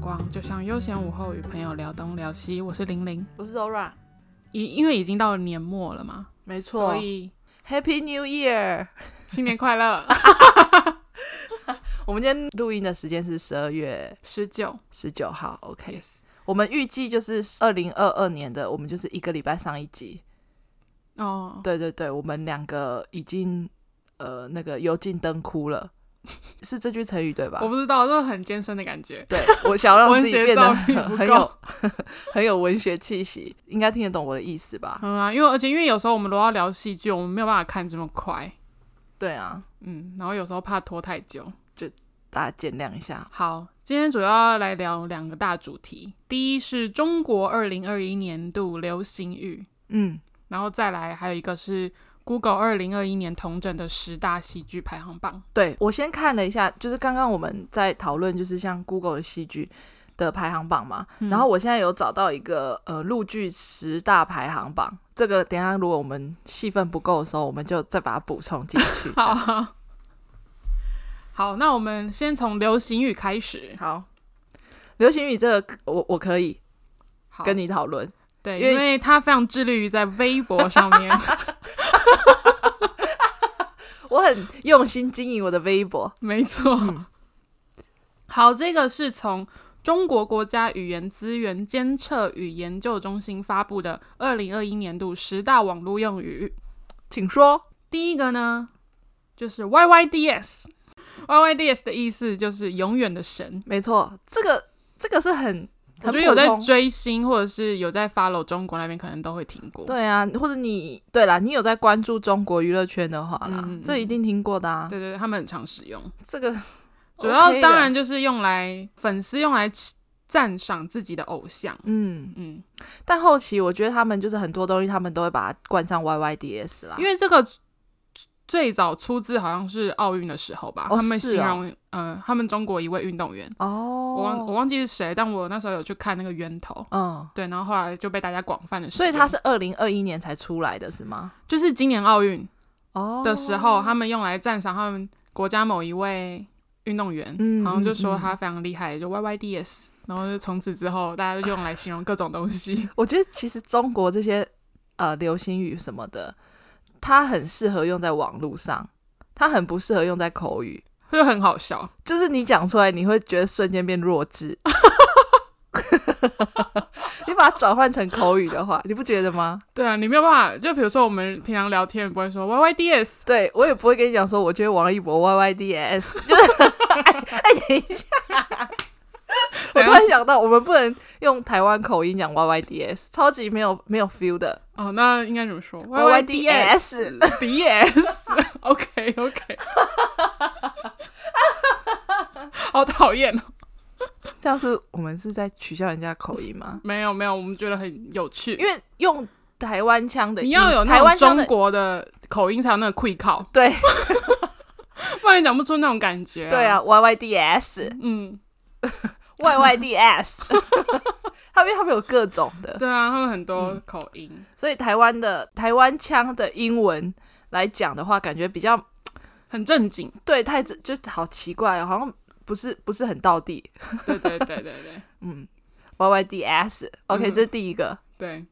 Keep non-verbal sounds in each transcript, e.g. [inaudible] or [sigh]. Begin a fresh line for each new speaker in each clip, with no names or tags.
光，就像悠闲午后与朋友聊东聊西。我是玲玲，
我是 Zora，
因因为已经到了年末了嘛，
没错
所。以
Happy New Year！ [laughs]
新年快乐！ [laughs]
我们今天录音的时间是十二月
十九
十九号，OK。
，yes，
我们预计就是二零二二年的，我们就是一个礼拜上一集。
哦，
对对对，我们两个已经呃那个油尽灯枯了， [laughs] 是这句成语对吧
我？不知道，这很艰深的感觉。
对，我想要让
文
自己
学
变
造
得
诣不
很很
够
有很有文学气息，应该听得懂我的意思吧？
嗯啊，因为而且因为有时候我们如果要聊戏剧，我们没有办法看这么快，
对啊，
嗯，然后有时候怕拖太久。
大家见谅一下。
好，今天主要来聊两个大主题，第一是中国二零二一年度流行语，
嗯，
然后再来还有一个是 Google 二零二一年同整的十大戏剧排行榜。。
对我先看了一下，就是刚刚我们在讨论，就是像 Google 的戏剧的排行榜嘛。然后我现在有找到一个呃陆剧十大排行榜，这个等一下如果我们戏份不够的时候，我们就再把它补充进去
[laughs] [laughs] 好，好，那我们先从流行语开始。
好，流行语这个我我可以
好，
跟你讨论。
对，
因为
因为他非常致力于在微博上面
[laughs] 我很用心经营我的微博。
没错。
嗯
好，这个是从中国国家语言资源监测与研究中心发布的二零二一年度十大网络用语。
请说。
第一个呢，就是 YYDS。YYDS 的意思就是永远的神。
没错，这个这个是很
我
很
觉得有在
普通
追星或者是有在 follow 中国那边，可能都会听过。
对啊，或者你对啦，你有在关注中国娱乐圈的话啦，
嗯嗯嗯
这一定听过的啊。
对对对，他们很常使用。
这个
[laughs] 主要
OK 的
当然就是用来粉丝用来赞赏自己的偶像。
嗯，
嗯，
但后期我觉得他们就是很多东西，他们都会把它冠上 YYDS 啦。
因为这个最早出自好像是奥运的时候吧，
哦
他们
是
形
哦
容、呃，他们中国一位运动员，我忘我
哦，
忘记是谁，但我那时候有去看那个源头。
嗯，
对，然后后来就被大家广泛的，
所以它是二零二一年才出来的是吗？
就是今年奥运
哦
的时候，他们用来赞赏他们国家某一位运动员，
嗯
好像就说
嗯嗯
他非常厉害，就 YYDS，然后就从此之后，大家就用来形容各种东
[laughs]
西。
我觉得其实中国这些呃流行语什么的，它很适合用在网络上，它很不适合用在口语。
就很好笑，
就是你讲出来，你会觉得瞬间变弱智。 [laughs] 你把它转换成口语的话，你不觉得吗？
对啊，你没有办法。就比如说我们平常聊天，不会说 Y Y D S，
对我也不会跟你讲说，我觉得王一博 Y Y D S [laughs] 就是哎哎，等一下，我
怎
突
样
然想到，我们不能用台湾口音讲 Y Y D S，超级没有没有 feel 的。
哦，那应该怎么说
YYDS
D S [laughs] OK OK，好讨厌哦。
这样是不是我们是在取笑人家口音吗？
没有没有，我们觉得很有趣
因，为用台湾腔的音，
你要有
台
那
湾
种中
腔的
国的口音才有那个愧靠，
对
[laughs] 不然你讲不出那种感觉、
对啊，Y Y D S
嗯，
Y Y D S，他们他们有各种的，
对啊，他们很
嗯
多口音。
所以台湾的台湾腔的英文来讲的话，感觉比较
很正经，
对，太就好奇怪、哦，好像不是不是很到地。
对对对对对
嗯，Y Y D S，OK，、
嗯
这是第一个。
对。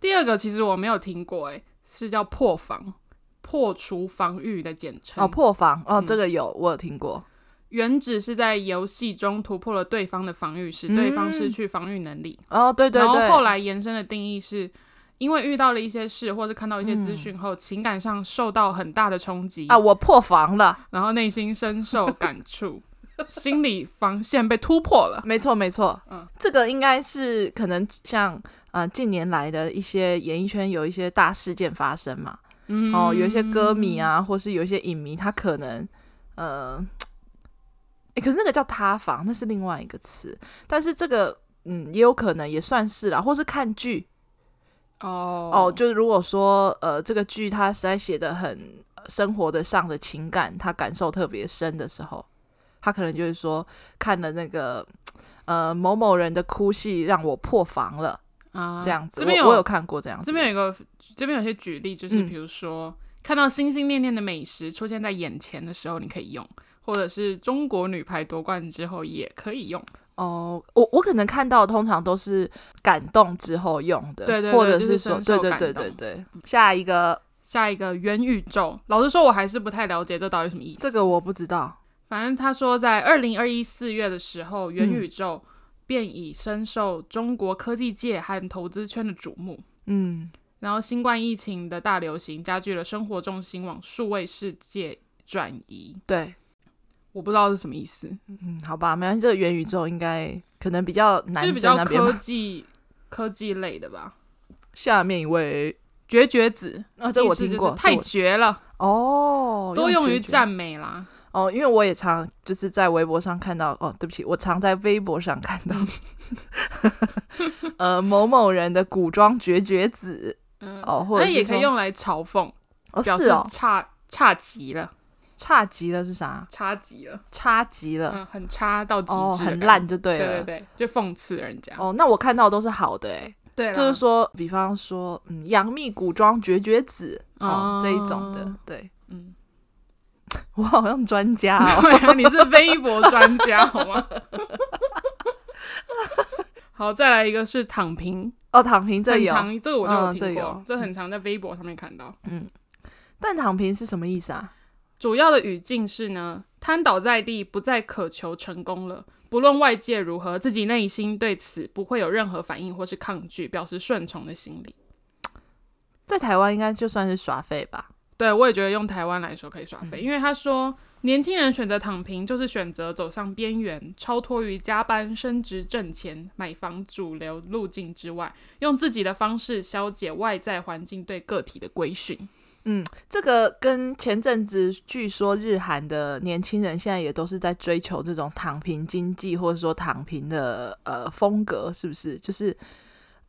第二个其实我没有听过、诶，是叫破防，破除防御的简称。
哦，破防哦，
嗯
这个有我有听过。
原指是在游戏中突破了对方的防御，使对方失去防御能力。
哦，嗯对对
然后
对，
后来延伸的定义是，因为遇到了一些事或者看到一些资讯后，情感上受到很大的冲击
嗯啊，我破防了，
然后内心深受感触， [laughs] 心理防线被突破了。
没错没错。
嗯
这个应该是可能像呃近年来的一些演艺圈有一些大事件发生嘛，
嗯
哦，有一些歌迷，啊，或是有一些影迷，他可能，呃，诶可是那个叫塌房，那是另外一个词。但是这个，嗯，也有可能也算是啦，或是看剧
哦
哦。就是如果说，呃，这个剧它实在写的很呃生活的上的情感，他感受特别深的时候，他可能就会说，看了那个，呃，某某人的哭戏让我破防了，
啊
这样子。
这边
我我有看过这样子，
这边有一个，这边有些举例，就是
嗯
比如说、看到心心念念的美食出现在眼前的时候，你可以用，或者是中国女排夺冠之后也可以用。
哦，我我可能看到的通常都是感动之后用的，
对对对
或者
就是
说，
深
对
受
对
感
对
动
对对。下一个，
下一个元宇宙，老实说，我还是不太了解这到底是什么意思。
这个我不知道，
反正他说，在二零二一四月的时候，
嗯
元宇宙便已深受中国科技界和投资圈的瞩目。
嗯
然后，新冠疫情的大流行加剧了生活重心往数位世界转移。
对，
我不知道是什么意思，
嗯，好吧，没关系，这个元宇宙应该可能比较
就
男
是
生
比较
那边
科
吧。
技 [laughs] 科技类的吧。
下面一位，
绝绝子，
啊，这我
意思
听
就是
过，这
太
我
绝了，
哦，
多用于
咀嚼
赞美啦。
哦，因为我也常就是在微博上看到，哦，对不起，我常在微博上看
[laughs]
到，呃，某某人的古装绝绝子，
嗯，
哦，或者
那
是
也可以
说，
用来嘲讽，
哦，
表
是
示
哦，
差差极了，
差极了是啥？
差极了，
差极了，
嗯，很差到极致，嗯
哦，很烂，就对
对
了。
对对，就讽刺人家。
哦，那我看到的都是好的、欸，
对啦，啊
就是说，比方说，嗯，杨幂古装绝绝子，哦，这一种的
哦，
对 [laughs]
嗯，
我好像专家哦，
[laughs] 对啊，你是微博专
[laughs]
家好吗？ [laughs] 好，再来一个是躺平，
哦，躺平这
很
有，
常，这个我就有
嗯这
听过
有，
这很常在微博上面看到。
嗯，但躺平是什么意思啊？
主要的语境是呢，瘫倒在地，不再渴求成功了。不论外界如何，自己内心对此不会有任何反应或是抗拒，表示顺从的心理。
在台湾应该就算是耍废吧。
对我也觉得用台湾来说可以耍废，因为他说年轻人选择躺平就是选择走上边缘，超脱于加班、升职、挣钱、买房主流路径之外，用自己的方式消解外在环境对个体的规训。
嗯，这个跟前阵子据说日韩的年轻人现在也都是在追求这种躺平经济，或者说躺平的呃风格，是不是？就是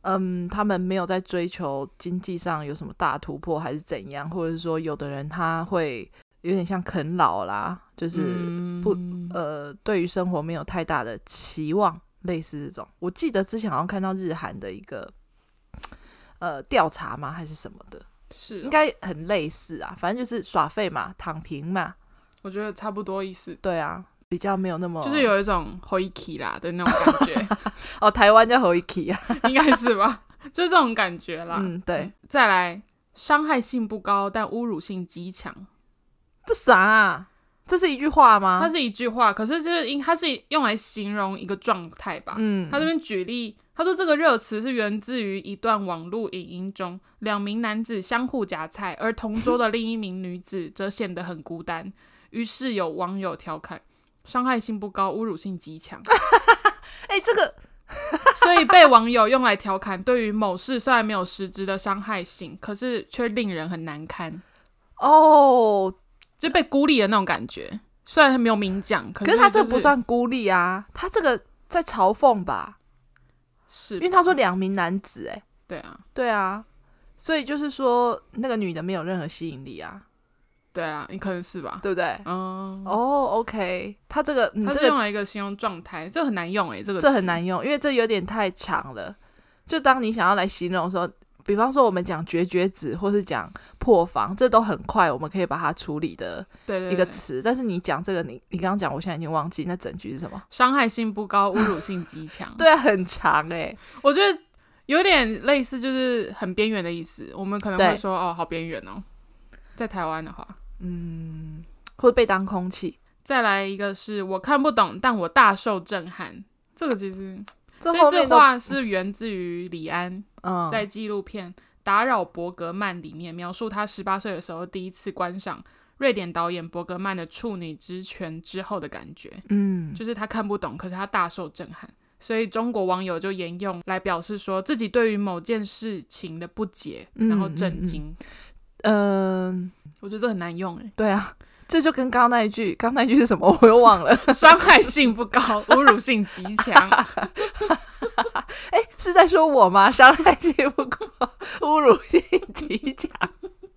嗯，他们没有在追求经济上有什么大突破，还是怎样？或者说，有的人他会有点像啃老啦，就是、不呃，对于生活没有太大的期望，类似这种。我记得之前好像看到日韩的一个呃调查吗，还是什么的，
是哦、
应该很类似啊。反正就是耍废嘛，躺平嘛，
我觉得差不多意思，
对啊，比较没有那么
就是有一种 h o i k i 啦的那种感觉。
哦，台湾叫 h o i k i 啊，
应该是吧， [laughs] 就是这种感觉啦。
嗯，对，，
再来，伤害性不高，但侮辱性极强。
这啥、啊？这是一句话
它
吗？
是一句话，可是就是因它是用来形容一个状态吧。
嗯
他，这边举例，他说这个热词是源自于一段网络影音中，两名男子相互夹菜，而同桌的另一名女子则显得很孤
[laughs]
单。于是有网友调侃，伤害性不高，侮辱性极强。 [laughs]
哎、这个
所以被网友用来调侃，对于某事虽然没有实质的伤害性，可是却令人很难堪，
哦，
就被孤立的那种感觉。虽然他没有明讲，可是
可是他这
就是
不算孤立啊，他这个在嘲讽吧，
是
因为他说两名男子、哎。
对啊，
对啊，所以就是说那个女的没有任何吸引力啊，
对啊，你可能是吧？
对不对？
嗯，
哦、o k 她这个，嗯，
他
这
是用
个
了一个形容状态，这很难用诶、欸这个
这
词
很。难用，因为这有点太长了。就当你想要来形容的时候，比方说我们讲绝绝子，或是讲破防，这都很快，我们可以把它处理的
对对对
一个词。但是你讲这个，你你刚刚讲，我现在已经忘记那整句是
[laughs]
什么。
伤害性不高，侮辱性极强。，
对啊，很长哎、
我觉得有点类似，就是很边缘的意思。我们可能会
对
说哦，好边缘哦。在台湾的话，
嗯，或者被当空气，
再来一个是我看不懂，但我大受震撼。这个其实
这
这
后面
句
都
话是源自于李安
嗯，
在纪录片《打扰伯格曼》里面描述他十八岁的时候第一次观赏瑞典导演伯格曼的《处女之泉》之后的感觉，
嗯，
就是他看不懂，可是他大受震撼。所以中国网友就沿用来表示说自己对于某件事情的不解，
嗯
然后震惊。
嗯、
我觉得这很难用欸诶、
对啊，这就跟刚刚那一句，刚刚那一句是什么？ [laughs] 我又忘了。
伤害性不
[laughs]
高，侮辱性极强。
哎，是在说我吗？伤害性不够，侮辱性极强。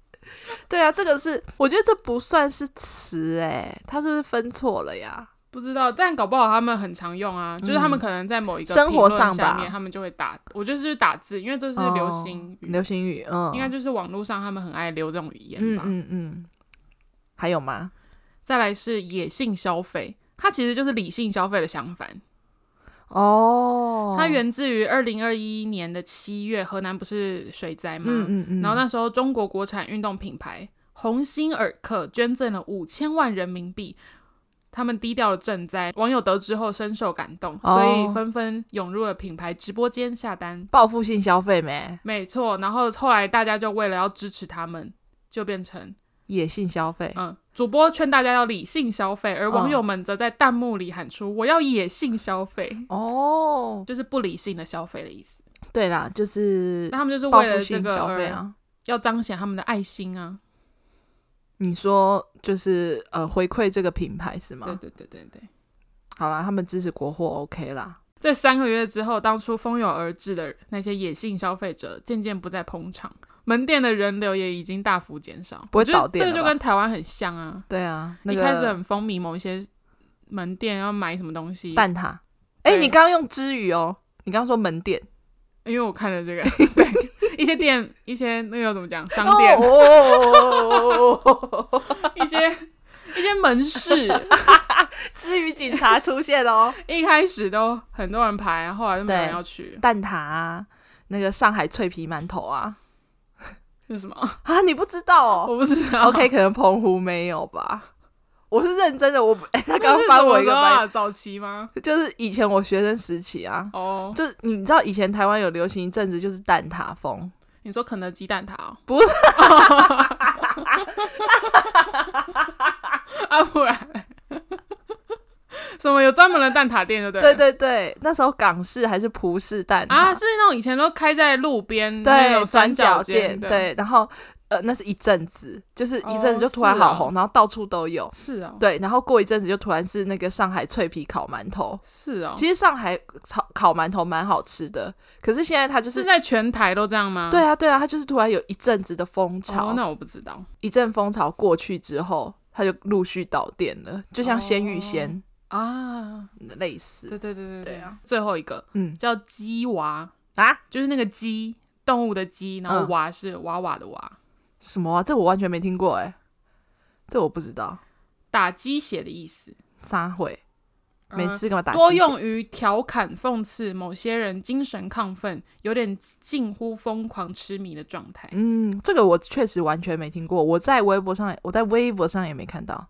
[laughs] 对啊，这个是，我觉得这不算是词哎、他是不是分错了呀？
不知道，但搞不好他们很常用啊，就是他们可能在某一个
嗯生活
评论
上
下
吧
面，他们就会打，我就是打字，因为这是流行
哦
语，
流行语，嗯，
应该就是网络上他们很爱留这种语言
嗯
吧。
嗯嗯，还有吗？
再来是野性消费，它其实就是理性消费的相反，
哦，
它源自于二零二一年的七月，河南不是水灾吗？
嗯嗯嗯，
然后那时候中国国产运动品牌鸿星尔克捐赠了五千万人民币。他们低调的赈灾，网友得知后深受感动，
哦
所以纷纷涌入了品牌直播间下单。
报复性消费没？
没错，然后后来大家就为了要支持他们，就变成
野性消费，
嗯，主播劝大家要理性消费，而网友们则在弹幕里喊出“我要野性消费
哦”，，
就是不理性的消费的意思。
对啦，就是
那他们就是
报
为
复
了这
性
个
消费
而
啊。
要彰显他们的爱心啊！
你说就是呃回馈这个品牌是吗？
对对对对对。
好啦，他们支持国货 OK 啦。
在三个月之后，当初蜂拥而至的那些野性消费者渐渐不再捧场，门店的人流也已经大幅减少。
不会
我觉得
倒店
这个
了
就
吧
跟台湾很像啊！
对啊，那个
一开始很风靡某一些门店要买什么东西，
蛋挞。哎、
对
你刚刚用之语哦，你刚刚说门店
因为我看了这个， [laughs] 对一些店，一些那个怎么讲，商店，[laughs]
哦哦哦哦哦哦哦，
一些一些门市，
之语警察出现哦，
一开始都很多人排，后来就没有人要去，
蛋挞啊，那个上海脆皮馒头啊
是什么？
啊，你不知道哦
[laughs] 我不知道。
？OK，可能澎湖没有吧。我是认真的，我不、哎他刚
那是
翻
什么
我一
时
个
候
白
啊，早期吗？
眼，就是以前我学生时期啊，
哦，
就是你知道以前台湾有流行一阵子就是蛋挞风，
你说肯德基蛋挞哦？
不是
[laughs] 啊，不然嘞。什么有专门的蛋挞店，对不
对
对？
对对，那时候港式还是葡式蛋挞
啊，是那种以前都开在路边那
对
种转
角
间的，，
对，然后呃，那是一阵子，就是一
哦
阵子就突然
是
好
哦
红，然后到处都有，
是哦，
对，然后过一阵子就突然是那个上海脆皮烤馒头。
是哦，
其实上海烤烤馒头蛮好吃的，可是现在它就是是
在全台都这样吗？
对啊对啊，它就是突然有一阵子的风潮，
哦，那我不知道
一阵风潮过去之后，它就陆续倒店了，就像鲜芋
哦
仙
啊。
类似。
对对对对
对啊，
最后一个
嗯
叫鸡娃，
啊，
就是那个鸡，动物的鸡，然后
嗯
娃是娃娃的娃，
什么啊？这我完全没听过哎、这我不知道。
打鸡血的意思。
撒会
嗯
没事干嘛打鸡血？
多用于调侃、讽刺某些人精神亢奋，有点近乎疯狂痴迷的状态。
嗯，这个我确实完全没听过，我在微博上也，我在微博上也没看到。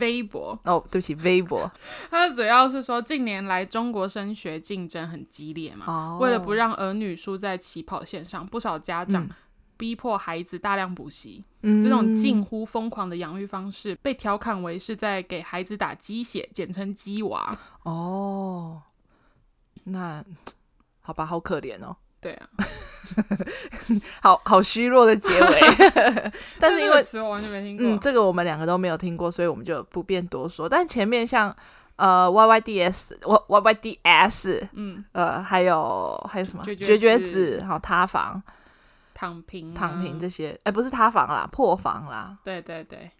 微博，
哦，对不起，微博。
它主要是说近年来中国升学竞争很激烈嘛，[laughs]
哦，
为了不让儿女输在起跑线上，不少家长
嗯
逼迫孩子大量补习。
嗯
这种近乎疯狂的养育方式被调侃为是在给孩子打鸡血，简称鸡
[laughs]
娃。
哦，那好吧，好可怜哦，
对啊，
好好虚弱的结尾。
[laughs]
但是
这
因
个
为
词我完全没听过。
嗯，这个我们两个都没有听过，所以我们就不便多说。但前面像呃 Y Y D S、Y Y Y D S，
嗯，
呃，还有还有什么
绝绝
绝绝
子
子，还有塌房、
躺平、啊
躺平。
嗯
这些，哎、不是塌房啦，破防啦。
对对对，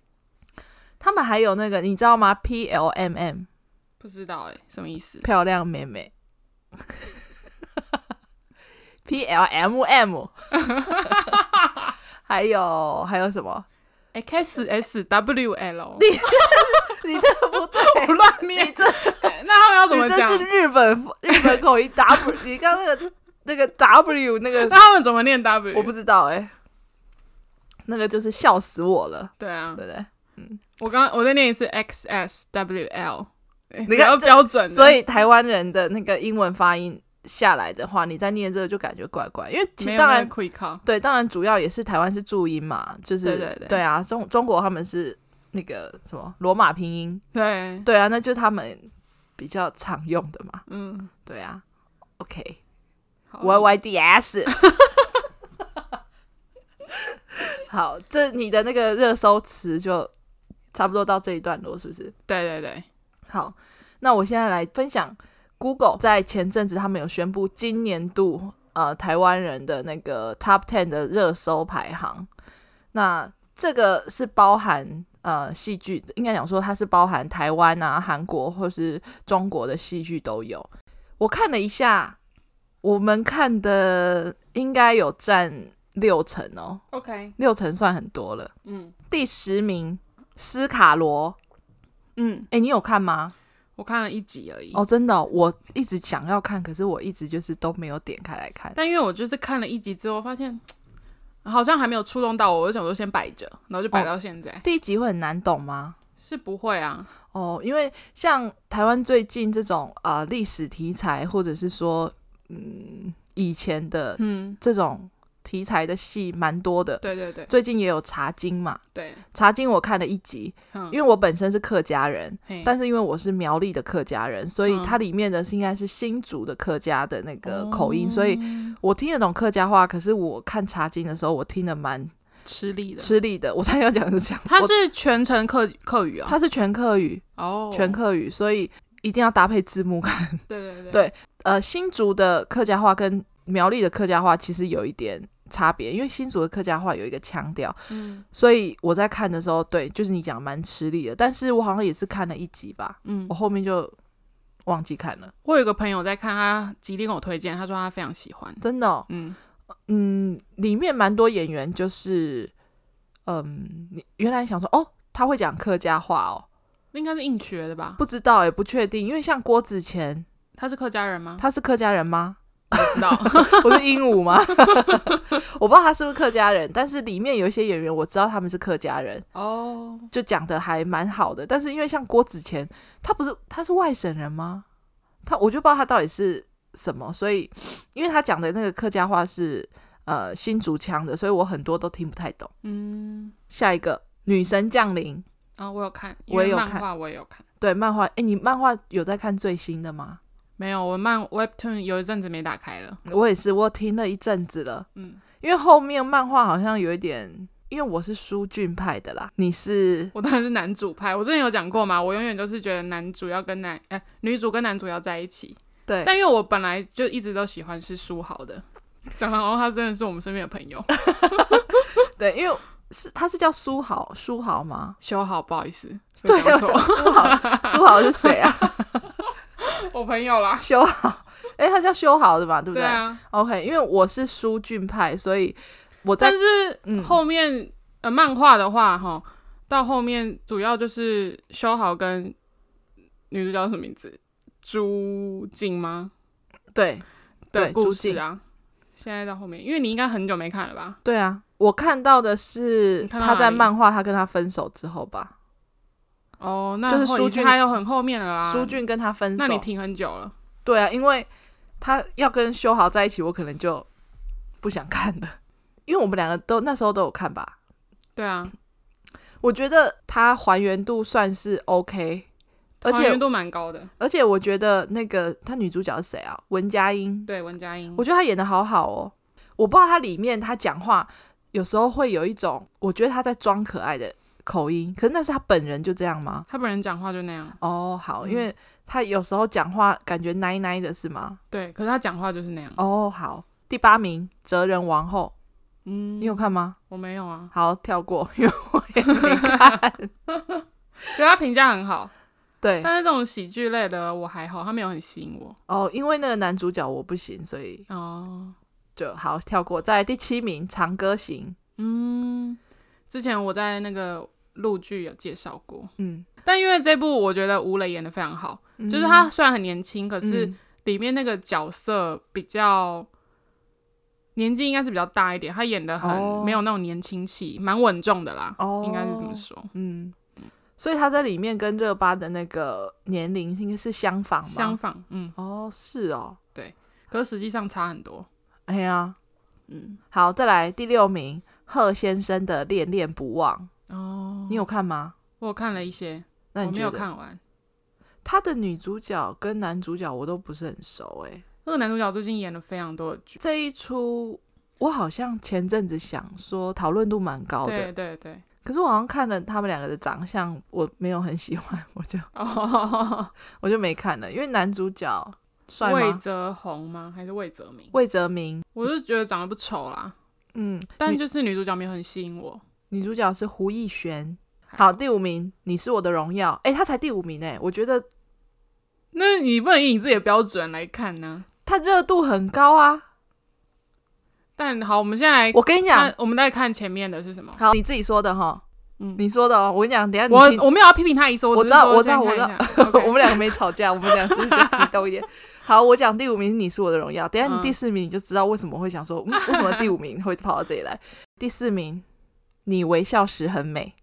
他们还有那个你知道吗？P L M M，
不知道哎、什么意
[laughs]
思？
漂亮妹妹。P L M M，还有还有什么？
X 哎 S W
[laughs]
L，
你这 [laughs] 个不对，
[laughs] 我乱念。那他们要怎么
你这是
讲？
日本日本
[laughs]
口音 W，你刚那个那个 W 那个
那他们怎么念 W？
我不知道哎、那个就是笑死我了，
对啊
对，不对？
我刚我再念一次 X S W L，你
看
要
这
标准的。
所以台湾人的那个英文发音下来的话，你再念这个就感觉怪怪，因为其
没
实
有
当
那
然
个 quick call，
对，当然主要也是台湾是注音嘛，就是
对对对
啊，中中国他们是那个什么罗马拼音，
对，
对啊，那就是他们比较常用的嘛，
嗯
对啊。OK
好
Y Y D S，好，这你的那个热搜词就差不多到这一段落，是不是？
对对对，
好，那我现在来分享 Google 在前阵子他们有宣布今年度呃台湾人的那个 Top Ten 的热搜排行。那这个是包含呃戏剧，应该讲说它是包含台湾啊、韩国或是中国的戏剧都有。我看了一下，我们看的应该有占六成哦，
，OK，
六成算很多了。
嗯
第十名，斯卡罗，
嗯，
诶，你有看吗？
我看了一集而已。
哦，真的哦、我一直想要看，可是我一直就是都没有点开来看。
但因为我就是看了一集之后，发现好像还没有触动到我，我就想说先摆着，然后就摆到现在。
第一集会很难懂吗？
是不会啊，
哦，因为像台湾最近这种啊历、史题材，或者是说嗯以前的
嗯，
这种题材的戏蛮多的。
对对对
最近也有《茶经》嘛，
对，
《茶经》我看了一集，
嗯，
因为我本身是客家人，
嘿
但是因为我是苗栗的客家人，所以
嗯
它里面的是应该是新竹的客家的那个
哦
口音，所以我听得懂客家话，可是我看《茶经》的时候，我听得蛮
吃力的。
吃力的。我才要讲是这样，
它
我
是全程客客语啊、
它是全客语，
哦，
全客语，所以一定要搭配字幕看。
对对对
对呃，新竹的客家话跟苗栗的客家话其实有一点差别，因为新竹的客家话有一个腔调，
嗯
所以我在看的时候，对，就是你讲蛮吃力的。但是我好像也是看了一集吧，
嗯
我，后面就忘记看了，
我有一个朋友在看，他极力跟我推荐，他说他非常喜欢。
真的哦、
嗯，
嗯，里面蛮多演员就是，嗯，你原来想说哦，他会讲客家话哦，
应该是硬学的吧？
不知道也欸不确定，因为像郭子乾，
他是客家人吗？
他是客家人吗？ [laughs]
不知道。
不是鹦鹉吗？ [laughs] 我不知道他是不是客家人，但是里面有一些演员我知道他们是客家人，
[laughs] 哦，
[laughs] 就讲的还蛮好的。但是因为像郭子乾，他不是他是外省人吗？他我就不知道他到底是什么，所以因为他讲的那个客家话是呃新竹腔的，所以我很多都听不太懂。
嗯，
下一个女神降临，
啊、我有看，
我也有
因为漫
看
画，我也有看。
对漫画，诶，你漫画有在看最新的吗？
没有，我漫 Webtoon 有一阵子没打开了。 [laughs]
我也是，我听了一阵子了。
嗯，
因为后面漫画好像有一点，因为我是书俊派的啦，你是
我当然是男主派。我之前有讲过嘛，我永远都是觉得男主要跟男，哎、女主跟男主要在一起。
对
但因为我本来就一直都喜欢是书豪的，讲得好像他真的是我们身边的朋 [laughs] 友。
对，因为是他是叫书豪，书
[laughs]
豪吗？
修好，不好意思，我
对，
讲
[laughs]
错，
书豪，书豪是谁啊？
[laughs] 我朋友啦。
修豪，诶，他叫修豪的嘛，对不
[laughs] 对啊，
？OK，因为我是书俊派，所以我在
但是、
嗯
后面呃漫画的话，哈，到后面主要就是修好跟女主角叫什么名字？朱静吗？
对
的
对
故
朱
事
静
啊。现在到后面，因为你应该很久没看了吧？
对啊，我看到的是
你看到哪
他
里
在漫画，他跟他分手之后吧，
哦，那
就是
后
书
已经
俊
还有很后面了啦。
书，俊跟他分手，
啊那你停很久了。
对啊，因为他要跟修豪在一起，我可能就不想看了，因为我们两个都那时候都有看吧。
对啊，
我觉得它还原度算是 OK，而
还原
且
度蛮高的。
而且我觉得那个她女主角是谁啊？文佳音，
对，文佳音
我，觉得她演的好好哦。我不知道她里面她讲话有时候会有一种，我觉得她在装可爱的口音，可是那是她本人就这样吗？
他本人讲话就那样。
哦，好，
嗯
因为她有时候讲话感觉奶奶的是吗？
对，可是他讲话就是那样。
哦，好，第八名哲人王后，
嗯，
你有看吗？
我没有啊？
好，跳过，因为我也 [laughs] 没看。 [laughs]
[laughs] 对他评价很好，
对，
但是这种喜剧类的我还好，他没有很吸引我。
哦，因为那个男主角我不行，所以
哦，
就好跳过。在第七名，《长歌行》。
嗯，之前我在那个陆剧有介绍过，
嗯，
但因为这部我觉得吴磊演的非常好，就是他虽然很年轻，可
嗯
是里面那个角色比较。年纪应该是比较大一点，他演的很
哦
没有那种年轻气，蛮稳重的啦，
哦
应该是这么说，
嗯，所以他在里面跟热巴的那个年龄应该是相仿吗？
相仿，嗯，
哦，是哦，
可是实际上差很多，
哎呀，
嗯，
好，再来第六名，贺先生的《恋恋不忘》，
哦，
你有看吗？
我有看了一些，
那
我
你
没
觉
有
得
看完。
他的女主角跟男主角我都不是很熟哎、
那个男主角最近演了非常多的剧，
这一出我好像前阵子想说讨论度蛮高的
对，对对，
可是我好像看了他们两个的长相，我没有很喜欢， [laughs] 我就
哦，
我就没看了，因为男主角帅
魏
吗？
哲宏吗？还是魏哲明？
魏哲鸣，
我是觉得长得不丑啦，
嗯，
但
女
就是女主角没有很吸引我。
女主角是胡艺璇。
还
好，第五名，你是我的荣耀。哎、他才第五名哎、我觉得
那你不能以你自己的标准来看呢、
他热度很高啊。
但好，我们现在来
我跟你讲
看，，我们再看前面的是什么？
好，你自己说的哈，
嗯
你说的哦，我跟你讲，等一下你
我
听
我没有要批评他意思，
我
只
知
是
道
说
我知道
先
我
看
知
一 [laughs] 下
我们两个没吵架，我们俩只是比较激动一点。好，我讲第五名是你是我的荣耀，等一下你
嗯
第四名你就知道为什么会想说，嗯为什么第五名会跑到这里来？第四名，你微笑时很美，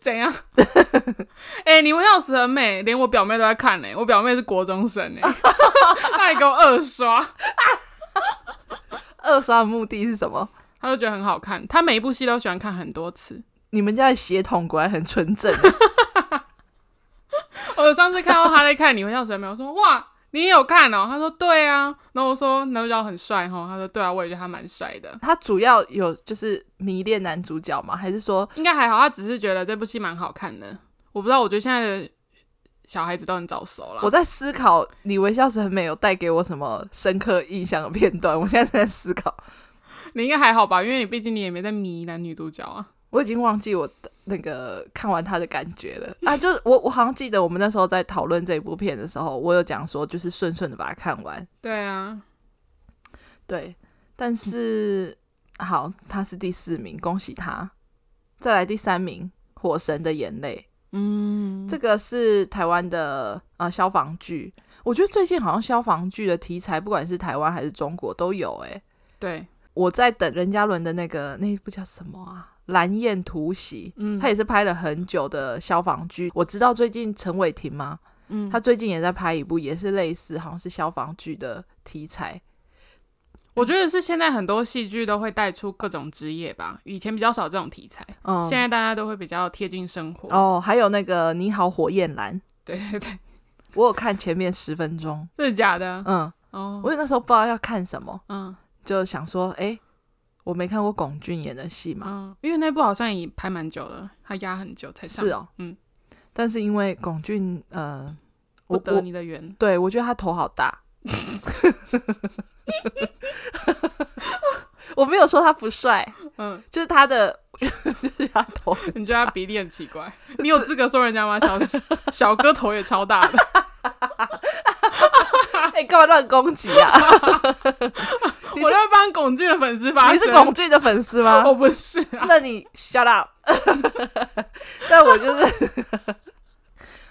怎样？ [laughs] 哎、你微笑时很美，连我表妹都在看呢、我表妹是国中生 [laughs] 哎、她还给我二刷，
二刷的目的是什么？
她就觉得很好看。她每一部戏都喜欢看很多次。
你们家的血统果然很纯正。
我上次看到她在看《你微笑时很美》，我说哇，你也有看哦、她说对啊。然后我说男主角很帅哈，她说对啊，我也觉得他蛮帅的。
他主要有就是迷恋男主角吗？还是说
应该还好，她只是觉得这部戏蛮好看的。我不知道，我觉得现在的小孩子都很早熟了。
我在思考你微笑时很美有带给我什么深刻印象的片段？我现在在思考，
你应该还好吧，因为你毕竟你也没在迷男女主角啊。
我已经忘记我的那个看完他的感觉了啊！就是我我好像记得我们那时候在讨论这部片的时候，我有讲说就是顺顺的把它看完，
对啊，
对，但是 [laughs] 好，他是第四名，恭喜他。再来第三名，《火神的眼泪》。
嗯，
这个是台湾的呃消防剧，我觉得最近好像消防剧的题材，不管是台湾还是中国都有、欸。诶，
对，
我在等任嘉伦的那个那一部叫什么啊，《蓝焰突袭》，
嗯，
他也是拍了很久的消防剧。我知道最近陈伟霆吗？
嗯，
他最近也在拍一部，也是类似好像是消防剧的题材。
我觉得是现在很多戏剧都会带出各种职业吧，以前比较少这种题材，
嗯
现，在大家都会比较贴近生活。
哦，还有那个《你好，火焰蓝》，
对 [laughs] 对对，
我有看前面十分钟，
这是假的
嗯，
哦。
我那时候不知道要看什么，
嗯
就想说，诶，我没看过龚俊演的戏嘛，
嗯，因为那部好像也拍蛮久了，他压很久才上。
是哦，
嗯，
但是因为龚俊，呃，
不
我
得
我
你的
[laughs]
缘。
对我觉得他头好大， [laughs] 我没有说他不帅，
嗯，啊
就是他的， [laughs] 就是他
[laughs]
头，
你觉得他比例很奇
[laughs]
怪？你有资格说人家吗？小小哥头也超大的，
哎、干嘛乱攻击啊？
我
[laughs] 你
就会帮龚俊的粉丝 [laughs] 发声。
你是龚俊的粉丝吗？
我不是啊。
那
[laughs]
你 shut up。但我就是 [laughs] 《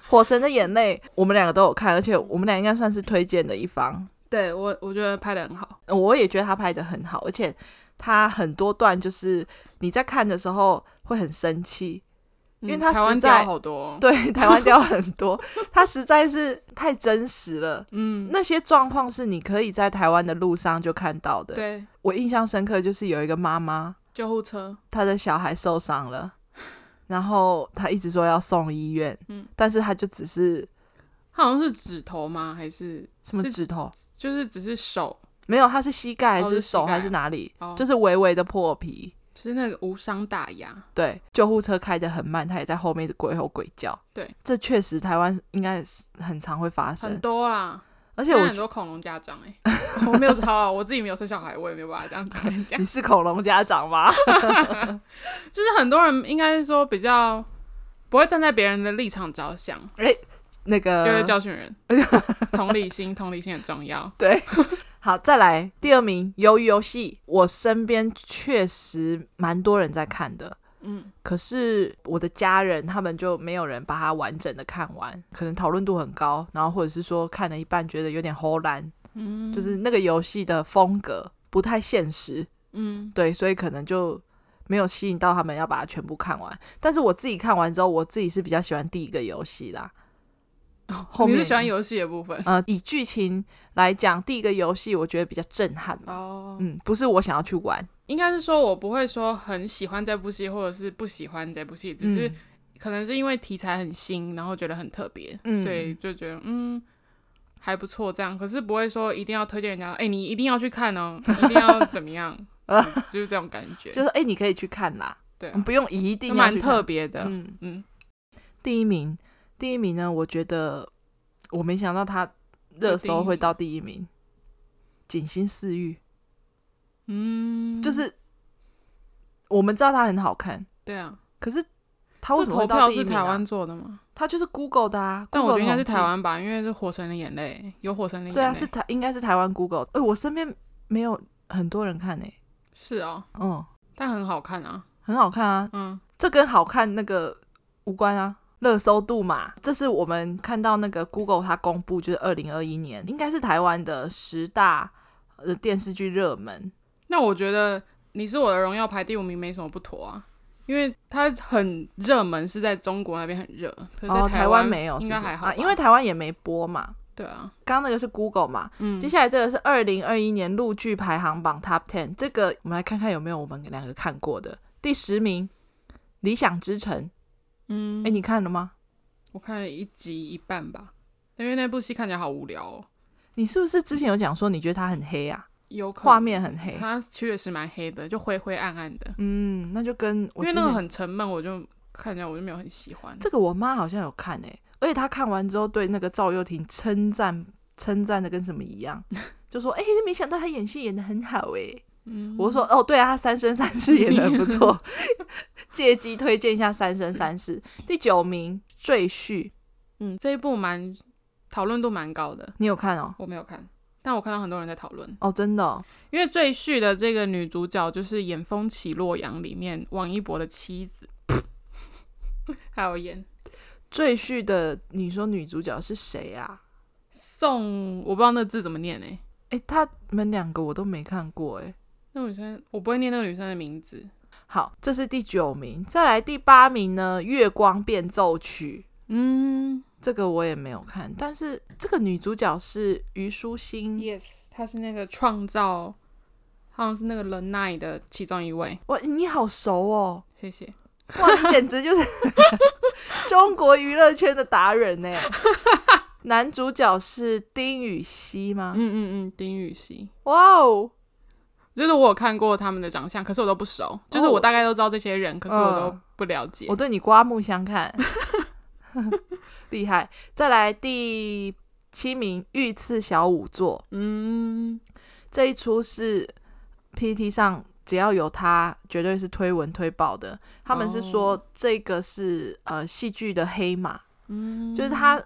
火神的眼泪》，我们两个都有看，而且我们俩应该算是推荐的一方。
对我，我觉得拍的很好。
我也觉得他拍的很好，而且他很多段就是你在看的时候会很生气，因为
嗯
他
台湾
实在
调好多哦、
[laughs] 对台湾雕很多， [laughs] 他实在是太真实了。
嗯，
那些状况是你可以在台湾的路上就看到的。
对，
我印象深刻就是有一个妈妈，
救护车，
他的小孩受伤了，然后他一直说要送医院，
嗯
但是他就只是
他好像是指头吗？还是
什么
是
指头
就是只是手，
没有，他是膝盖
哦
还
是
是
膝
手
盖啊
还是哪里，
哦
就是微微的破皮。
就是那个无伤大雅。
对，救护车开得很慢，他也在后面鬼吼鬼叫。
对，
这确实台湾应该是很常会发生
很，多啦，
而且
现在
我
很
觉
多恐龙家长哎、 [laughs] 我没有好了，我自己没有生小孩，我也没有办法这样跟人家。
[laughs] 你是恐龙家长吗？ [laughs]
就是很多人应该是说比较不会站在别人的立场着想，
那
就会
个
教训
[laughs]
人。同理心，同理心很重要。
对。好，再来第二名，《鱿鱼游戏》，我身边确实蛮多人在看的，
嗯，
可是我的家人他们就没有人把它完整的看完，可能讨论度很高，然后或者是说看了一半觉得有点齁烂，
嗯，
就是那个游戏的风格不太现实，
嗯，
对，所以可能就没有吸引到他们要把它全部看完。但是我自己看完之后，我自己是比较喜欢第一个游戏啦。后
你
面
是喜欢游戏的部分
呃，以剧情来讲，第一个游戏我觉得比较震撼嘛，
哦。
嗯，不是我想要去玩，
应该是说我不会说很喜欢这部戏，或者是不喜欢这部戏，只是
嗯
可能是因为题材很新，然后觉得很特别，
嗯
所以就觉得嗯还不错这样。可是不会说一定要推荐人家，哎、你一定要去看哦，一定要怎么
[laughs]
样，嗯就是这种感觉，
就是哎、诶你可以去看啦，
对啊、
嗯不用一定要
蛮
去看
特别的。
嗯
嗯
第一名，第一名呢，我觉得我没想到他热搜会到第一名，《锦心似玉
嗯》
就是我们知道它很好看，
对啊，
可是它为
这
什么
投
会到
票
第一
是
名、
台
啊
湾？做的吗？
它就是 Google 的啊，
但我觉
Google
得应该是
统计
台。湾吧，因为是《火神的眼泪》，有《火神的眼泪
对》啊，是台应该是台湾 Google。哎、我身边没有很多人看诶、
是哦，
嗯，
但很好看啊。
很好看啊，
嗯，
这跟好看那个无关啊。热搜度嘛，这是我们看到那个 Google 它公布，就是二零二一年应该是台湾的十大呃电视剧热门。
那我觉得你是我的荣耀排第五名没什么不妥啊，因为它很热门，是在中国那边很热，可是
哦，
在
台
湾
没有是
应
不是，
该还好吧、
啊，因为台湾也没播嘛。
对啊，
刚刚那个是 Google 嘛，
嗯
接，下来这个是二零二一年陆剧排行榜 Top Ten，这个我们来看看有没有我们两个看过的。第十名，《理想之城》，
嗯
哎，，你看了吗？
我看了一集一半吧，因为那部戏看起来好无聊哦，
你是不是之前有讲说你觉得它很黑啊，
有可能
画面很黑？
它确实蛮黑的，就灰灰暗暗的，
嗯，那就跟我
因为
之
那个
前
很沉闷，我就看起来我就没有很喜欢。
这个我妈好像有看诶、而且她看完之后对那个赵又廷称赞称赞的跟什么一
[laughs]
样，就说：“哎、没想到她演戏演的很好诶、
嗯
我说：“哦，对啊，她三生三世演的
[laughs]
不错，借机推荐一下《三生三世》第九名《赘婿》，
嗯，这一部蛮讨论度蛮高的，
你有看哦？
我没有看，但我看到很多人在讨论，
哦，真的、哦，
因为《赘婿》的这个女主角就是演《风起洛阳》里面王一博的妻子， [laughs] 还有演
《赘婿》的你说女主角是谁啊？
宋，我不知道那字怎么念哎、
诶，她们两个我都没看过欸诶。
那女生我不会念那个女生的名字，
好，这是第九名，再来第八名呢，《月光变奏曲》。
嗯
这个我也没有看，但是这个女主角是虞书欣，
，yes，她是那个创造，好像是那个 l e n i 的其中一位，
哇，你好熟哦，
谢谢。
哇，你简直就是 [laughs] 中国娱乐圈的达人呢。 [laughs] 男主角是丁禹兮吗
嗯？嗯嗯，丁禹兮，
哇哦，
就是我有看过他们的长相，可是我都不熟，就是我大概都知道这些人，可是哦我都不了解。
我对你刮目相看， [laughs] 厉害。再来第七名，《御赐小仵作》
嗯，
这一出是 PT 上只要有他，绝对是推文推爆的。他们是说这个是、呃戏剧的黑马，
嗯
就是他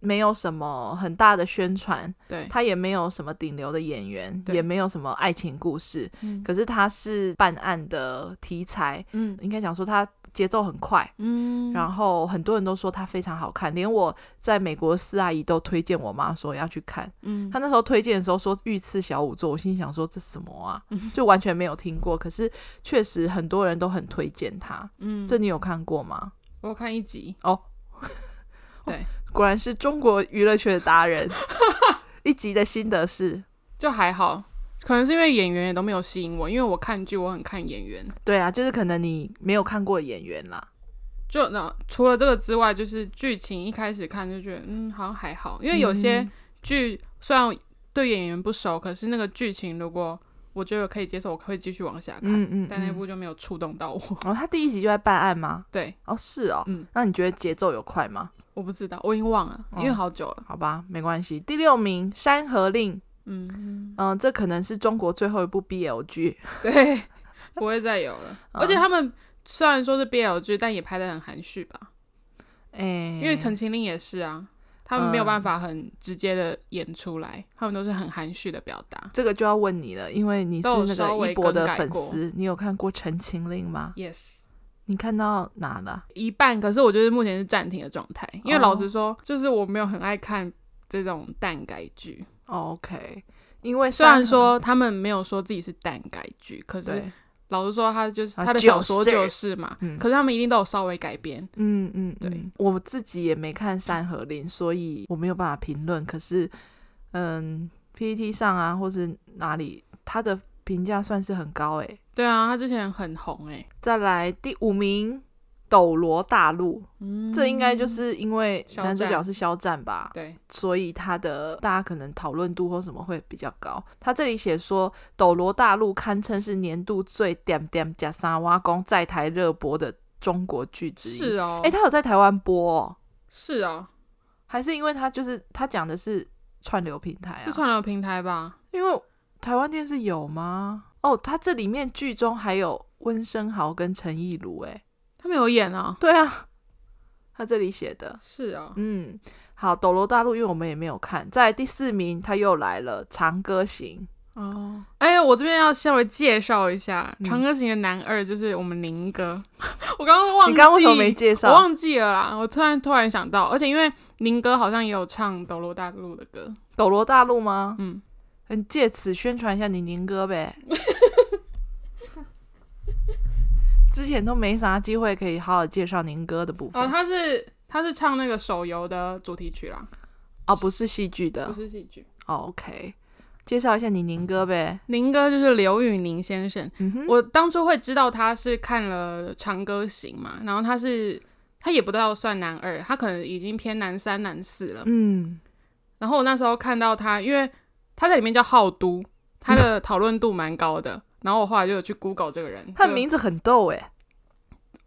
没有什么很大的宣传，
对，
他也没有什么顶流的演员，
对
也没有什么爱情故事，
嗯
可是他是办案的题材，
嗯
应该讲说他节奏很快。
嗯，
然后很多人都说它非常好看，连我在美国四阿姨都推荐我妈说要去看。
嗯
他那时候推荐的时候说《御赐小仵作》，我心里想说这什么啊，就完全没有听过。可是确实很多人都很推荐它。
嗯，
这你有看过吗？
我有看一集，
果然是中国娱乐圈的达 [laughs] 人。一集的心得是，
就还好，可能是因为演员也都没有吸引我，因为我看剧我很看演员。
对啊，就是可能你没有看过的演员啦。
就那除了这个之外，就是剧情一开始看就觉得嗯好像还好，因为有些
嗯
剧、虽然对演员不熟，可是那个剧情如果我觉得可以接受，我会继续往下看。
嗯嗯，
但那
嗯
部就没有触动到我。 [laughs]
哦，他第一集就在办案吗？
对，
哦，是哦。
嗯
那你觉得节奏有快吗？
我不知道，我已经忘了，因为好久了。
好吧，没关系。第六名《山河令》，
嗯，
嗯、这可能是中国最后一部 BL 剧。
[laughs] 对，不会再有
[laughs]
了。
嗯
而且他们虽然说是 BL 剧，但也拍的很含蓄吧？
哎、
因为《陈情令》也是啊，他们没有
嗯
办法很直接的演出来，他们都是很含蓄的表达。
这个就要问你了，因为你是
都有
那
稍
个
微
一博
更
的
改
粉
过
丝，你有看过《陈情令》吗？
Yes，
你看到哪了？
一半，可是我就是目前是暂停的状态，因为
哦
老实说，就是我没有很爱看这种蛋改剧。
哦 OK，因为
虽然
上
说他们没有说自己是蛋改剧，可是
对，
老实说，他就是
啊
他的
九
小说
是
就是嘛，
嗯
可是他们一定都有稍微改编。
嗯嗯，
对
嗯我自己也没看《山河令》，所以我没有办法评论。可是，嗯，PPT 上啊，或是哪里，他的评价算是很高诶。
对啊，他之前很红哎、
再来第五名，《斗罗大陆》
嗯
这应该就是因为
肖
男主角
战
是肖战吧？
对，
所以它的大家可能讨论度或什么会比较高。他这里写说，《斗罗大陆》堪称是年度最点点加沙挖工在台热播的中国剧之一。
是哦，
诶，他有在台湾播、哦，
是哦，
还是因为他就是他讲的是串流平台
是
啊？
串流平台吧？
因为台湾电视有吗？哦，他这里面剧中还有温升豪跟陈意如，诶，
他们有演啊、
[laughs] 对啊，他这里写的。
是哦，
嗯，好，《斗罗大陆》因为我们也没有看，在第四名他又来了，《长歌行》
哦，哎，我这边要稍微介绍一下
嗯
《长歌行》的男二，就是我们宁哥。 [laughs] 我刚刚忘记，
你刚刚为什么没介绍
我忘记了啦，我突然突然想到，而且因为宁哥好像也有唱《斗罗大陆》的歌，
斗罗大陆吗？
嗯，
嗯，借此宣传一下你宁哥呗。之前都没啥机会可以好好介绍宁哥的部分
哦，他是他是唱那个手游的主题曲啦，
哦，不是戏剧的
不是戏剧。
哦，OK，介绍一下你宁哥呗。
宁哥就是刘宇宁先生，
嗯哼，
我当初会知道他是看了《长歌行》嘛，然后他是他也不知道算男二，他可能已经偏男三、男四了。
嗯，
然后我那时候看到他，因为他在里面叫浩都，他的讨论度蛮高的。然后我后来就有去 Google 这个人，
他
就
的名字很逗哎，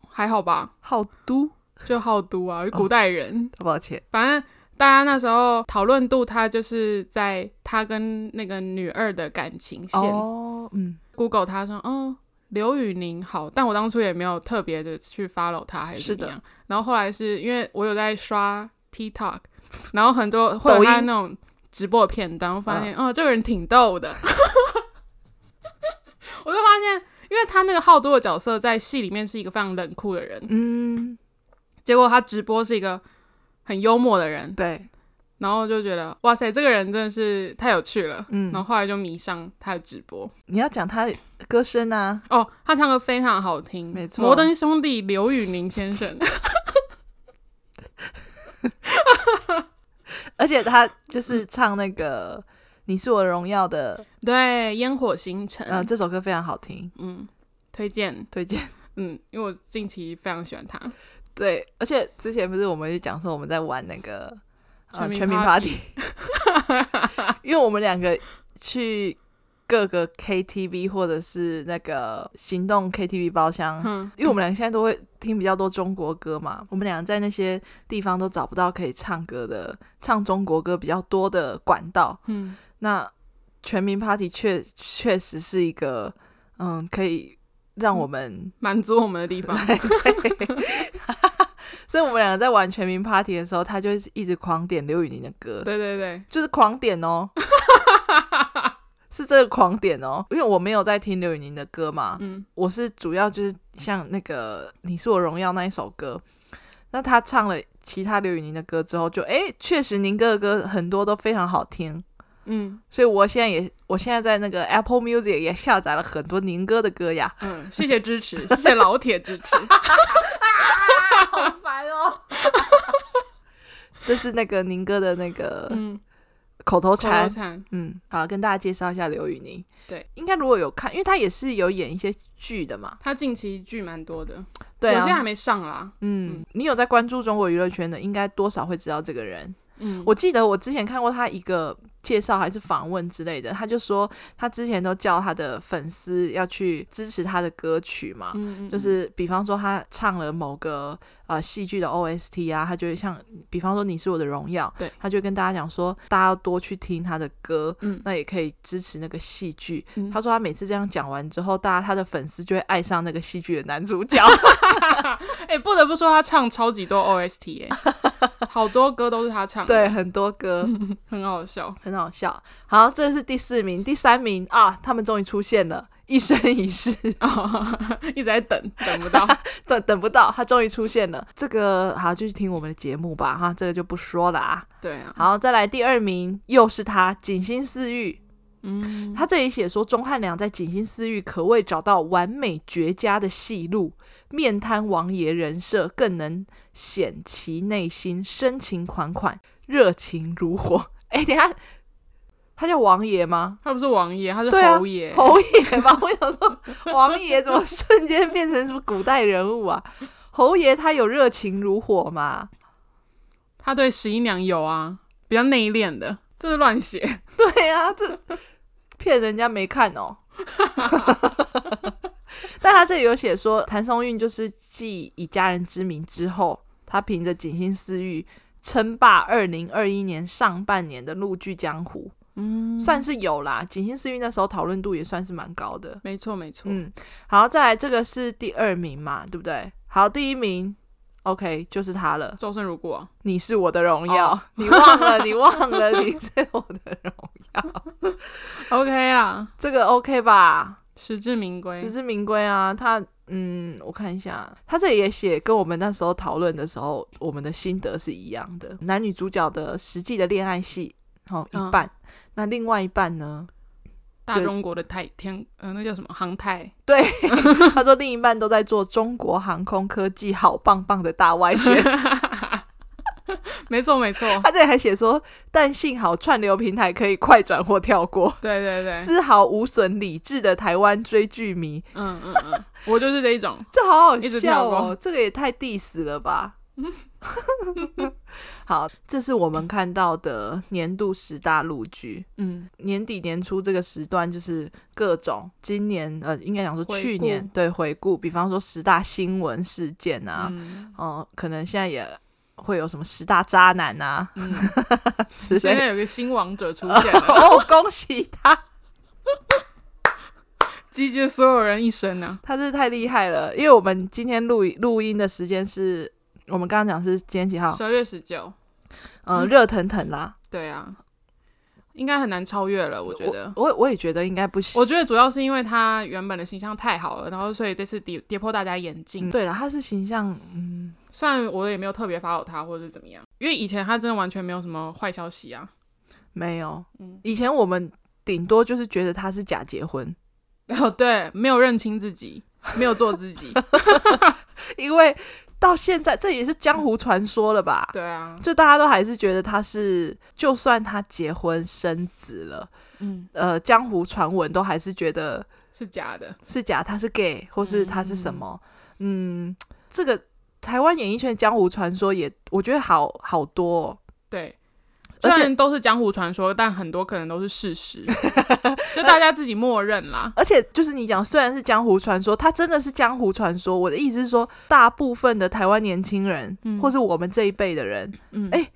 还好吧，
好都，
就浩都啊，古代人。
抱歉，
反正大家那时候讨论度，他就是在他跟那个女二的感情线。
哦，嗯，
Google 他说哦，刘宇宁好，但我当初也没有特别的去 follow 他还
是
是
的
怎么样。然后后来是因为我有在刷 TikTok，然后很多会有
抖音
他那种直播的片段，我发现、
嗯
哦，这个人挺逗的。 [laughs] 我就发现，因为他那个好多的角色在戏里面是一个非常冷酷的人，
嗯，
结果他直播是一个很幽默的人，
对，
然后就觉得哇塞，这个人真的是太有趣了。
嗯
然，后后来就迷上他的直播。
你要讲他歌
[laughs]
声啊，
哦，他唱歌非常好听，
没错
摩登兄弟刘宇宁先
[laughs]
生，
而且他就是唱那个《你是我的荣耀》的，
对，烟火星辰，
呃，这首歌非常好听，
嗯，推荐，
推
[laughs]
荐。
嗯，因为我近期非常喜欢他，
对，而且之前不是我们就讲说我们在玩那个呃
全民
全民
party
party，因为
[laughs]
我们两个去各个 KTV 或者是那个行动 KTV 包厢，
嗯
因为我们俩现在都会听比较多中国歌嘛，我们俩在那些地方都找不到可以唱歌的唱中国歌比较多的管道，
嗯，
那全民 party 确确实是一个嗯可以让我们、
满足我们的地
[laughs]
方，
所以我们两个在玩全民 Party 的时候，他就一直狂点刘宇宁的歌，
对对对，
就是狂点哦，是这个狂点哦，因为我没有在听刘宇宁的歌嘛，
嗯，
我是主要就是像那个《你是我荣耀》那一首歌，那他唱了其他刘宇宁的歌之后就，诶，确实宁哥的歌很多都非常好听。
嗯
所以我现在也，我现在在那个 Apple Music 也下载了很多宁哥的歌呀， [laughs]
嗯，谢谢支持，谢谢老铁支持，啊
好烦哦。 [laughs] 这是那个宁哥的那个
嗯，
口头
口
禅
头，禅，
嗯，好，跟大家介绍一下刘宇宁。
对，
应该如果有看，因为他也是有演一些剧的嘛。
他近期剧蛮多的，
对
我现在还
啊，
没上啦，
嗯
嗯，
你有在关注中国娱乐圈的，应该多少会知道这个人。
嗯，
我记得我之前看过他一个介绍还是访问之类的，他就说他之前都叫他的粉丝要去支持他的歌曲嘛。
嗯，嗯
就是比方说他唱了某个呃戏剧的 OST 啊，他就会像比方说你是我的荣耀，
对，
他就跟大家讲说，大家要多去听他的歌，
嗯
那也可以支持那个戏剧。
嗯
他说他每次这样讲完之后，大家他的粉丝就会爱上那个戏剧的男主
[laughs]
角。
哎、不得不说他唱超级多 OST
[laughs]
哎、好多歌都是他唱的，
对，很多歌
很好笑，
很好笑。好，这是第四名，第三名啊，他们终于出现了。 [laughs] 一生一世， [laughs]
哦， [laughs] 一直在等，等不到。
等等不到，他终于出现了。这个好，就去听我们的节目吧，哈，这个就不说了啊。
对啊，
好，再来第二名，又是他，锦心似玉。
嗯，
他这里写说，钟汉良在锦心似玉可谓找到完美绝佳的戏路，面瘫王爷人设更能显其内心深情款款，热情如火。 [laughs] 哎、等一下，他叫王爷吗？
他不是王爷，他是
对啊
侯爷。
侯爷吧？ [laughs] 我想说，王爷怎么瞬间变成什么古代人物啊？侯爷他有热情如火嘛？
他对十一娘有啊，比较内敛的，这是乱写。
[laughs] 对呀、这骗人家没看哦。 [laughs] 但他这里有写说，谭松韵就是继以家人之名之后，他凭着锦心似玉称霸二零二一年上半年的陆剧江湖，
嗯，
算是有啦。锦心似玉那时候讨论度也算是蛮高的。嗯
没错没错。
嗯，好，再来这个是第二名嘛，对不对？好，第一名 OK，就是他了。
周生如故、啊，
你是我的荣耀，
哦
你忘了，你忘了，你是我的荣耀。
OK 啦，
这个 OK 吧？
实至名归。
实至名归啊！他嗯，我看一下，他这里也写跟我们那时候讨论的时候，我们的心得是一样的。男女主角的实际的恋爱戏，好、
嗯
一半，那另外一半呢？ [laughs]
大中国的太天，呃，那叫什么航太？
对，他说另一半都在做中国航空科技好棒棒的大外宣。
[laughs] 没错，没
[laughs]
错，
他这里还写说，但幸好串流平台可以快转或跳过，
对对对，
丝毫无损理智的台湾追剧迷，
嗯嗯嗯，我就是这一种。
这好好
一直
笑
跳过
哦，这个也太 diss 了吧。 [laughs] 好，这是我们看到的年度十大陆剧。
嗯，
年底年初这个时段，就是各种今年呃，应该讲说
回
去
顾
年对回顾，比方说十大新闻事件啊，
嗯
哦、可能现在也会有什么十大渣男啊 [laughs]
嗯，
之类
现
的。
在有个新王者出现了，
[laughs] 哦，恭喜他，
集结所有人一生啊呢、
他真是太厉害了。因为我们今天录录音的时间是，我们刚刚讲是今天几
啊。
号？
十二月十九，
嗯，热腾腾啦。
对啊，应该很难超越了，我觉得。
我我也觉得应该不行。
我觉得主要是因为他原本的形象太好了，然后所以这次跌跌破大家眼镜。
嗯对了，他是形象，嗯，
虽然我也没有特别 follow 他或者是怎么样，因为以前他真的完全没有什么坏消息啊。 [laughs]
没有
嗯。
以前我们顶多就是觉得他是假结婚，
然后哦对，没有认清自己，没有做自
[laughs]
己。
因为到现在这也是江湖传说了吧？
对啊，
就大家都还是觉得他是，就算他结婚生子了，
嗯，
呃，江湖传闻都还是觉得
是假的。
是假，他是 gay，或是他是什么？嗯，这个台湾演艺圈的江湖传说也，我觉得好好多、哦。
对，
而
虽
且
然都是江湖传说，但很多可能都是事实，
[laughs]
就大家自己默认啦。
而且就是你讲，虽然是江湖传说，它真的是江湖传说。我的意思是说，大部分的台湾年轻人，
嗯
或是我们这一辈的人，
嗯，
哎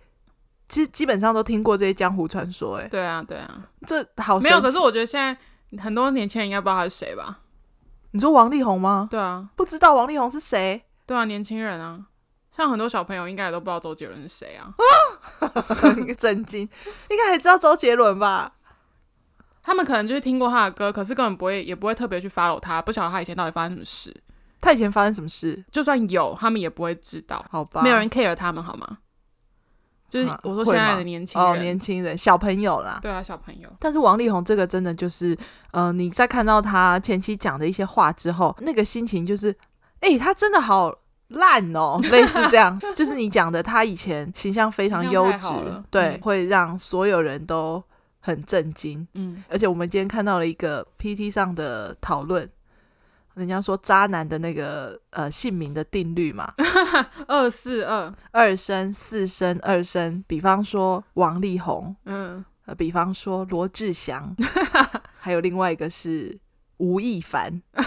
其实基本上都听过这些江湖传说、哎，
对啊，对啊，
这好
没有。
神奇
可是我觉得现在很多年轻人应该不知道他是谁吧？
你说王力宏吗？
对啊，
不知道王力宏
[laughs]
是谁？ [laughs]
对啊，年轻人啊，像很多小朋友应该也都不知道周杰伦是谁啊。
震惊，应该还知道周杰伦吧？
他们可能就是听过他的歌，可是根本不会，也不会特别去 follow 他，不晓得他以前到底发生什么事。
他以前发生什么事？
就算有，他们也不会知道，
好吧，
没有人 care 他们，好吗？就是
啊
我说
会
现在
吗
的年轻人，
哦，年轻人小朋友啦，
对啊，小朋友，
但是王力宏这个真的就是，呃，你在看到他前期讲的一些话之后，那个心情就是，诶，他真的好烂
[laughs]
哦，类似这样，就是你讲的，他以前形象非常
形象
优
太
质
好了，
对，
嗯
会让所有人都很震惊。
嗯，
而且我们今天看到了一个 PT 上的讨论，人家说渣男的那个呃姓名的定律嘛，
二四二，
二声、四声、二声，比方说王力宏，
嗯，
呃，比方说罗
[laughs]
志祥，还有另外一个是吴亦凡， [laughs]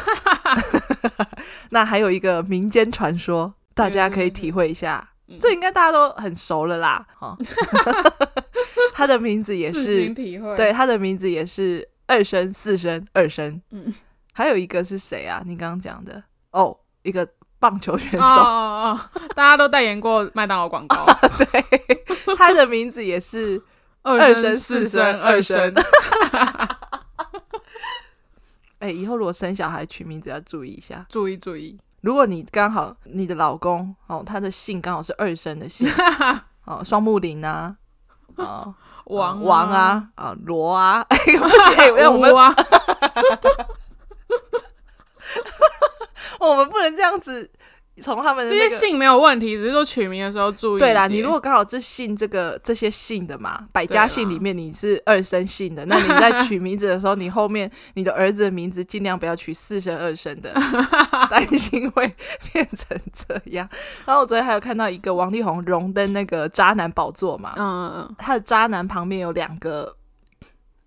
那还有一个民间传说，大家可以体会一下，
嗯
这应该大家都很熟了啦。哦， [laughs] 他的名字也
自
是
行，体会，
对，，他的名字也是二声、四声、二声。
嗯，
还有一个是谁啊？你刚刚讲的哦，一个棒球选手，
哦哦哦，大家都代言过麦当劳广告，
对， [laughs] 他的名字也是
二
[laughs] 二声
四
四声
二
二
声
声，哎、以后如果生小孩取名字要注意一下。
注意注意，
如果你刚好你的老公哦，他的姓刚好是二声
[laughs]
的姓哦，双木林啊，哦，
王 [laughs]
王，啊，啊罗啊，哎、不行，哎、我们
吴
[laughs]
啊，
我们不能这样子从他们的、
这
那个、
些姓没有问题，只是说取名的时候注意一些。
对啦，你如果刚好是姓这个这些姓的嘛，百
对啦
家姓里面你是二声姓的，那
啊
你在取名字的时候，你后面你的儿子的名字尽量不要取四声二声
[laughs]
的，担心会变成这样。然后我昨天还有看到一个王力宏荣登那个渣男宝座嘛，
嗯，嗯嗯，
他的渣男旁边有两个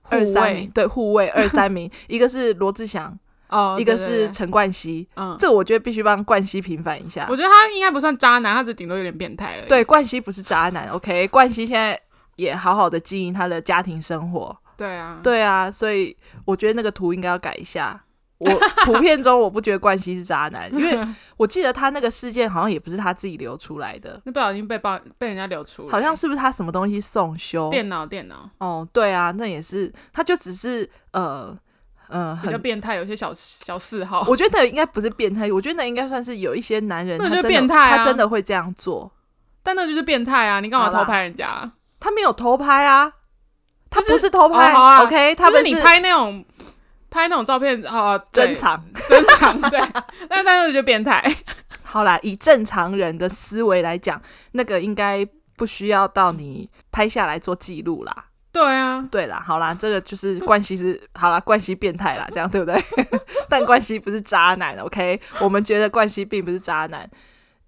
护
二三
卫
名，对护卫二
[laughs]
三名，一个是罗志祥，
哦，
一个
对
是
对对
陈冠希，
嗯，
这我觉得必须帮冠希平反一下
我。觉得他应该不算渣男，他只顶多有点变态而已。
对，冠希不是渣男，OK，冠希现在也好好的经营他的家庭生活。
对啊，
对啊，所以我觉得那个图应该要改一下。我 [laughs] 普遍中我不觉得冠希是渣男，
[laughs]
因为我记得他那个事件好像也不是他自己流出来的，
那不小心被爆被人家流出来，
好像是不是他什么东西送修？
电脑电脑
哦，对啊，那也是，他就只是呃呃
比较
很。
变态，有一些小小嗜好。
我觉得那应该不是变态，我觉得那应该算是有一些男人，
那
他
就
真的
变态啊
他真的会这样做，
但那就是变态啊！你干嘛
好啦
偷拍人家？
他没有偷拍啊，他
就是
不是偷拍、
哦好啊
o k 他
就
们
是你拍那种拍那种照片啊，对
正常。
珍藏 [laughs] 对，但但是就变态。
好啦，以正常人的思维来讲，那个应该不需要到你拍下来做记录啦。
对啊，
对啦，好啦，这个就是冠希是好啦，冠希变态啦，这样对不对？ [laughs] 但冠希不是渣男，OK？我们觉得冠希并不是渣男，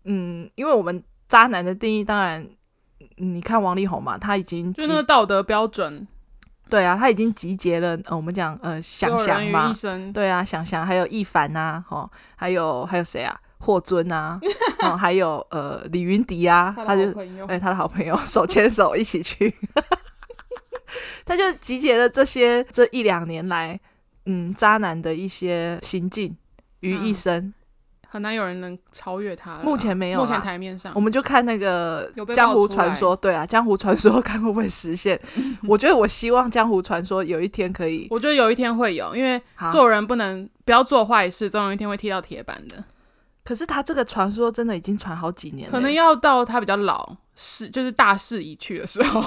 嗯，因为我们渣男的定义，当然，嗯你看王力宏嘛，他已经
就
集
那个道德标准，
对啊，他已经集结了，呃，我们讲呃，
所
想
有
想
人于
嘛
一，身。
对啊，想想还有一凡呐、哦，还有还有谁啊？霍尊啊，哦，还有呃李云迪啊，
他
他
的
就
好朋友
哎、他的好朋友 [laughs] 手牵手一起去， [laughs] 他就集结了这些这一两年来，嗯，渣男的一些行径于一身。
很难有人能超越他了啦。
目前没
嗯
有啦，
目前台面上
我，们就看那个
有被
《江湖
爆出来
传说》，对啊，《江湖传说》看会不会
[laughs]
实现。我觉得我希望《江湖传说》有一天可以
我觉得有一天会有，因为
好
做人不能不要做坏事，总有一天会踢到铁板的。
可是他这个传说真的已经传好几年了，
可能要到他比较老，是就是大势已去的时候，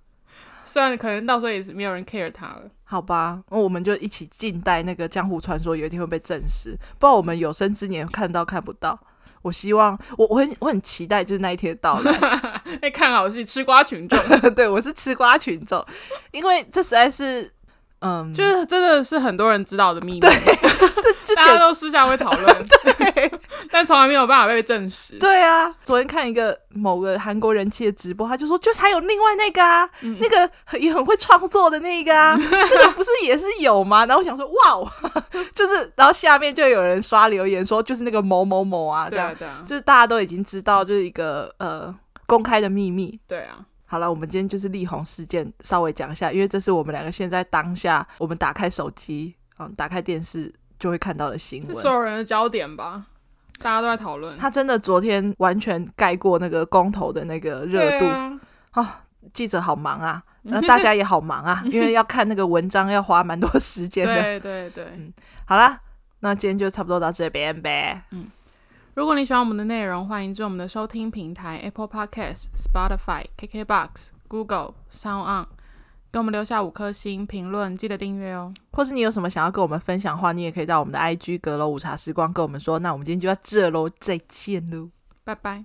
[laughs] 虽然可能到时候也是没有人 care 他了。
好吧，那我们就一起静待那个江湖传说有一天会被证实，不知道我们有生之年看到看不到。我希望我我很我很期待，就是那一天到来。 [laughs]
哎，看好戏，吃瓜群众，
对我是吃瓜群众，因为这实在是，嗯，
就是是真的是很多人知道的秘密，
这就
大家
简
都私下会讨
[laughs]
论， [laughs] 但从来没有办法被证实。
对啊。昨天看一个某个韩国人气的直播，他就说，就还有另外那个啊，那个很也很会创作的那个 [laughs] 啊，那个不是也是有吗？然后我想说，哇哦， [laughs] 就是，然后下面就有人刷留言说，就是那个某某某 [laughs] 啊，这
对
样
啊，。对啊，
就是大家都已经知道，就是一个呃公开的秘密。
对啊，
好了，我们今天就是力宏事件稍微讲一下，因为这是我们两个现在当下，我们打开手机，嗯，打开电视就会看到的新
是所
闻。
有人的焦点吧？大家都在讨论
他真的昨天完全盖过那个公投的那个热度
对，啊
记者好
[laughs]
忙啊，那、大家也好忙啊，因为要看那个文章要花蛮多时间的。
对对对。
好啦，那今天就差不多到这边呗。
如果你喜欢我们的内容，欢迎至我们的收听平台 Apple Podcast、Spotify、KKBox、Google、Sound On，给我们留下五颗星评论，记得订阅哦。
或是你有什么想要跟我们分享的话，你也可以到我们的 IG 阁楼午茶时光跟我们说。那我们今天就到这喽，再见喽。
拜拜。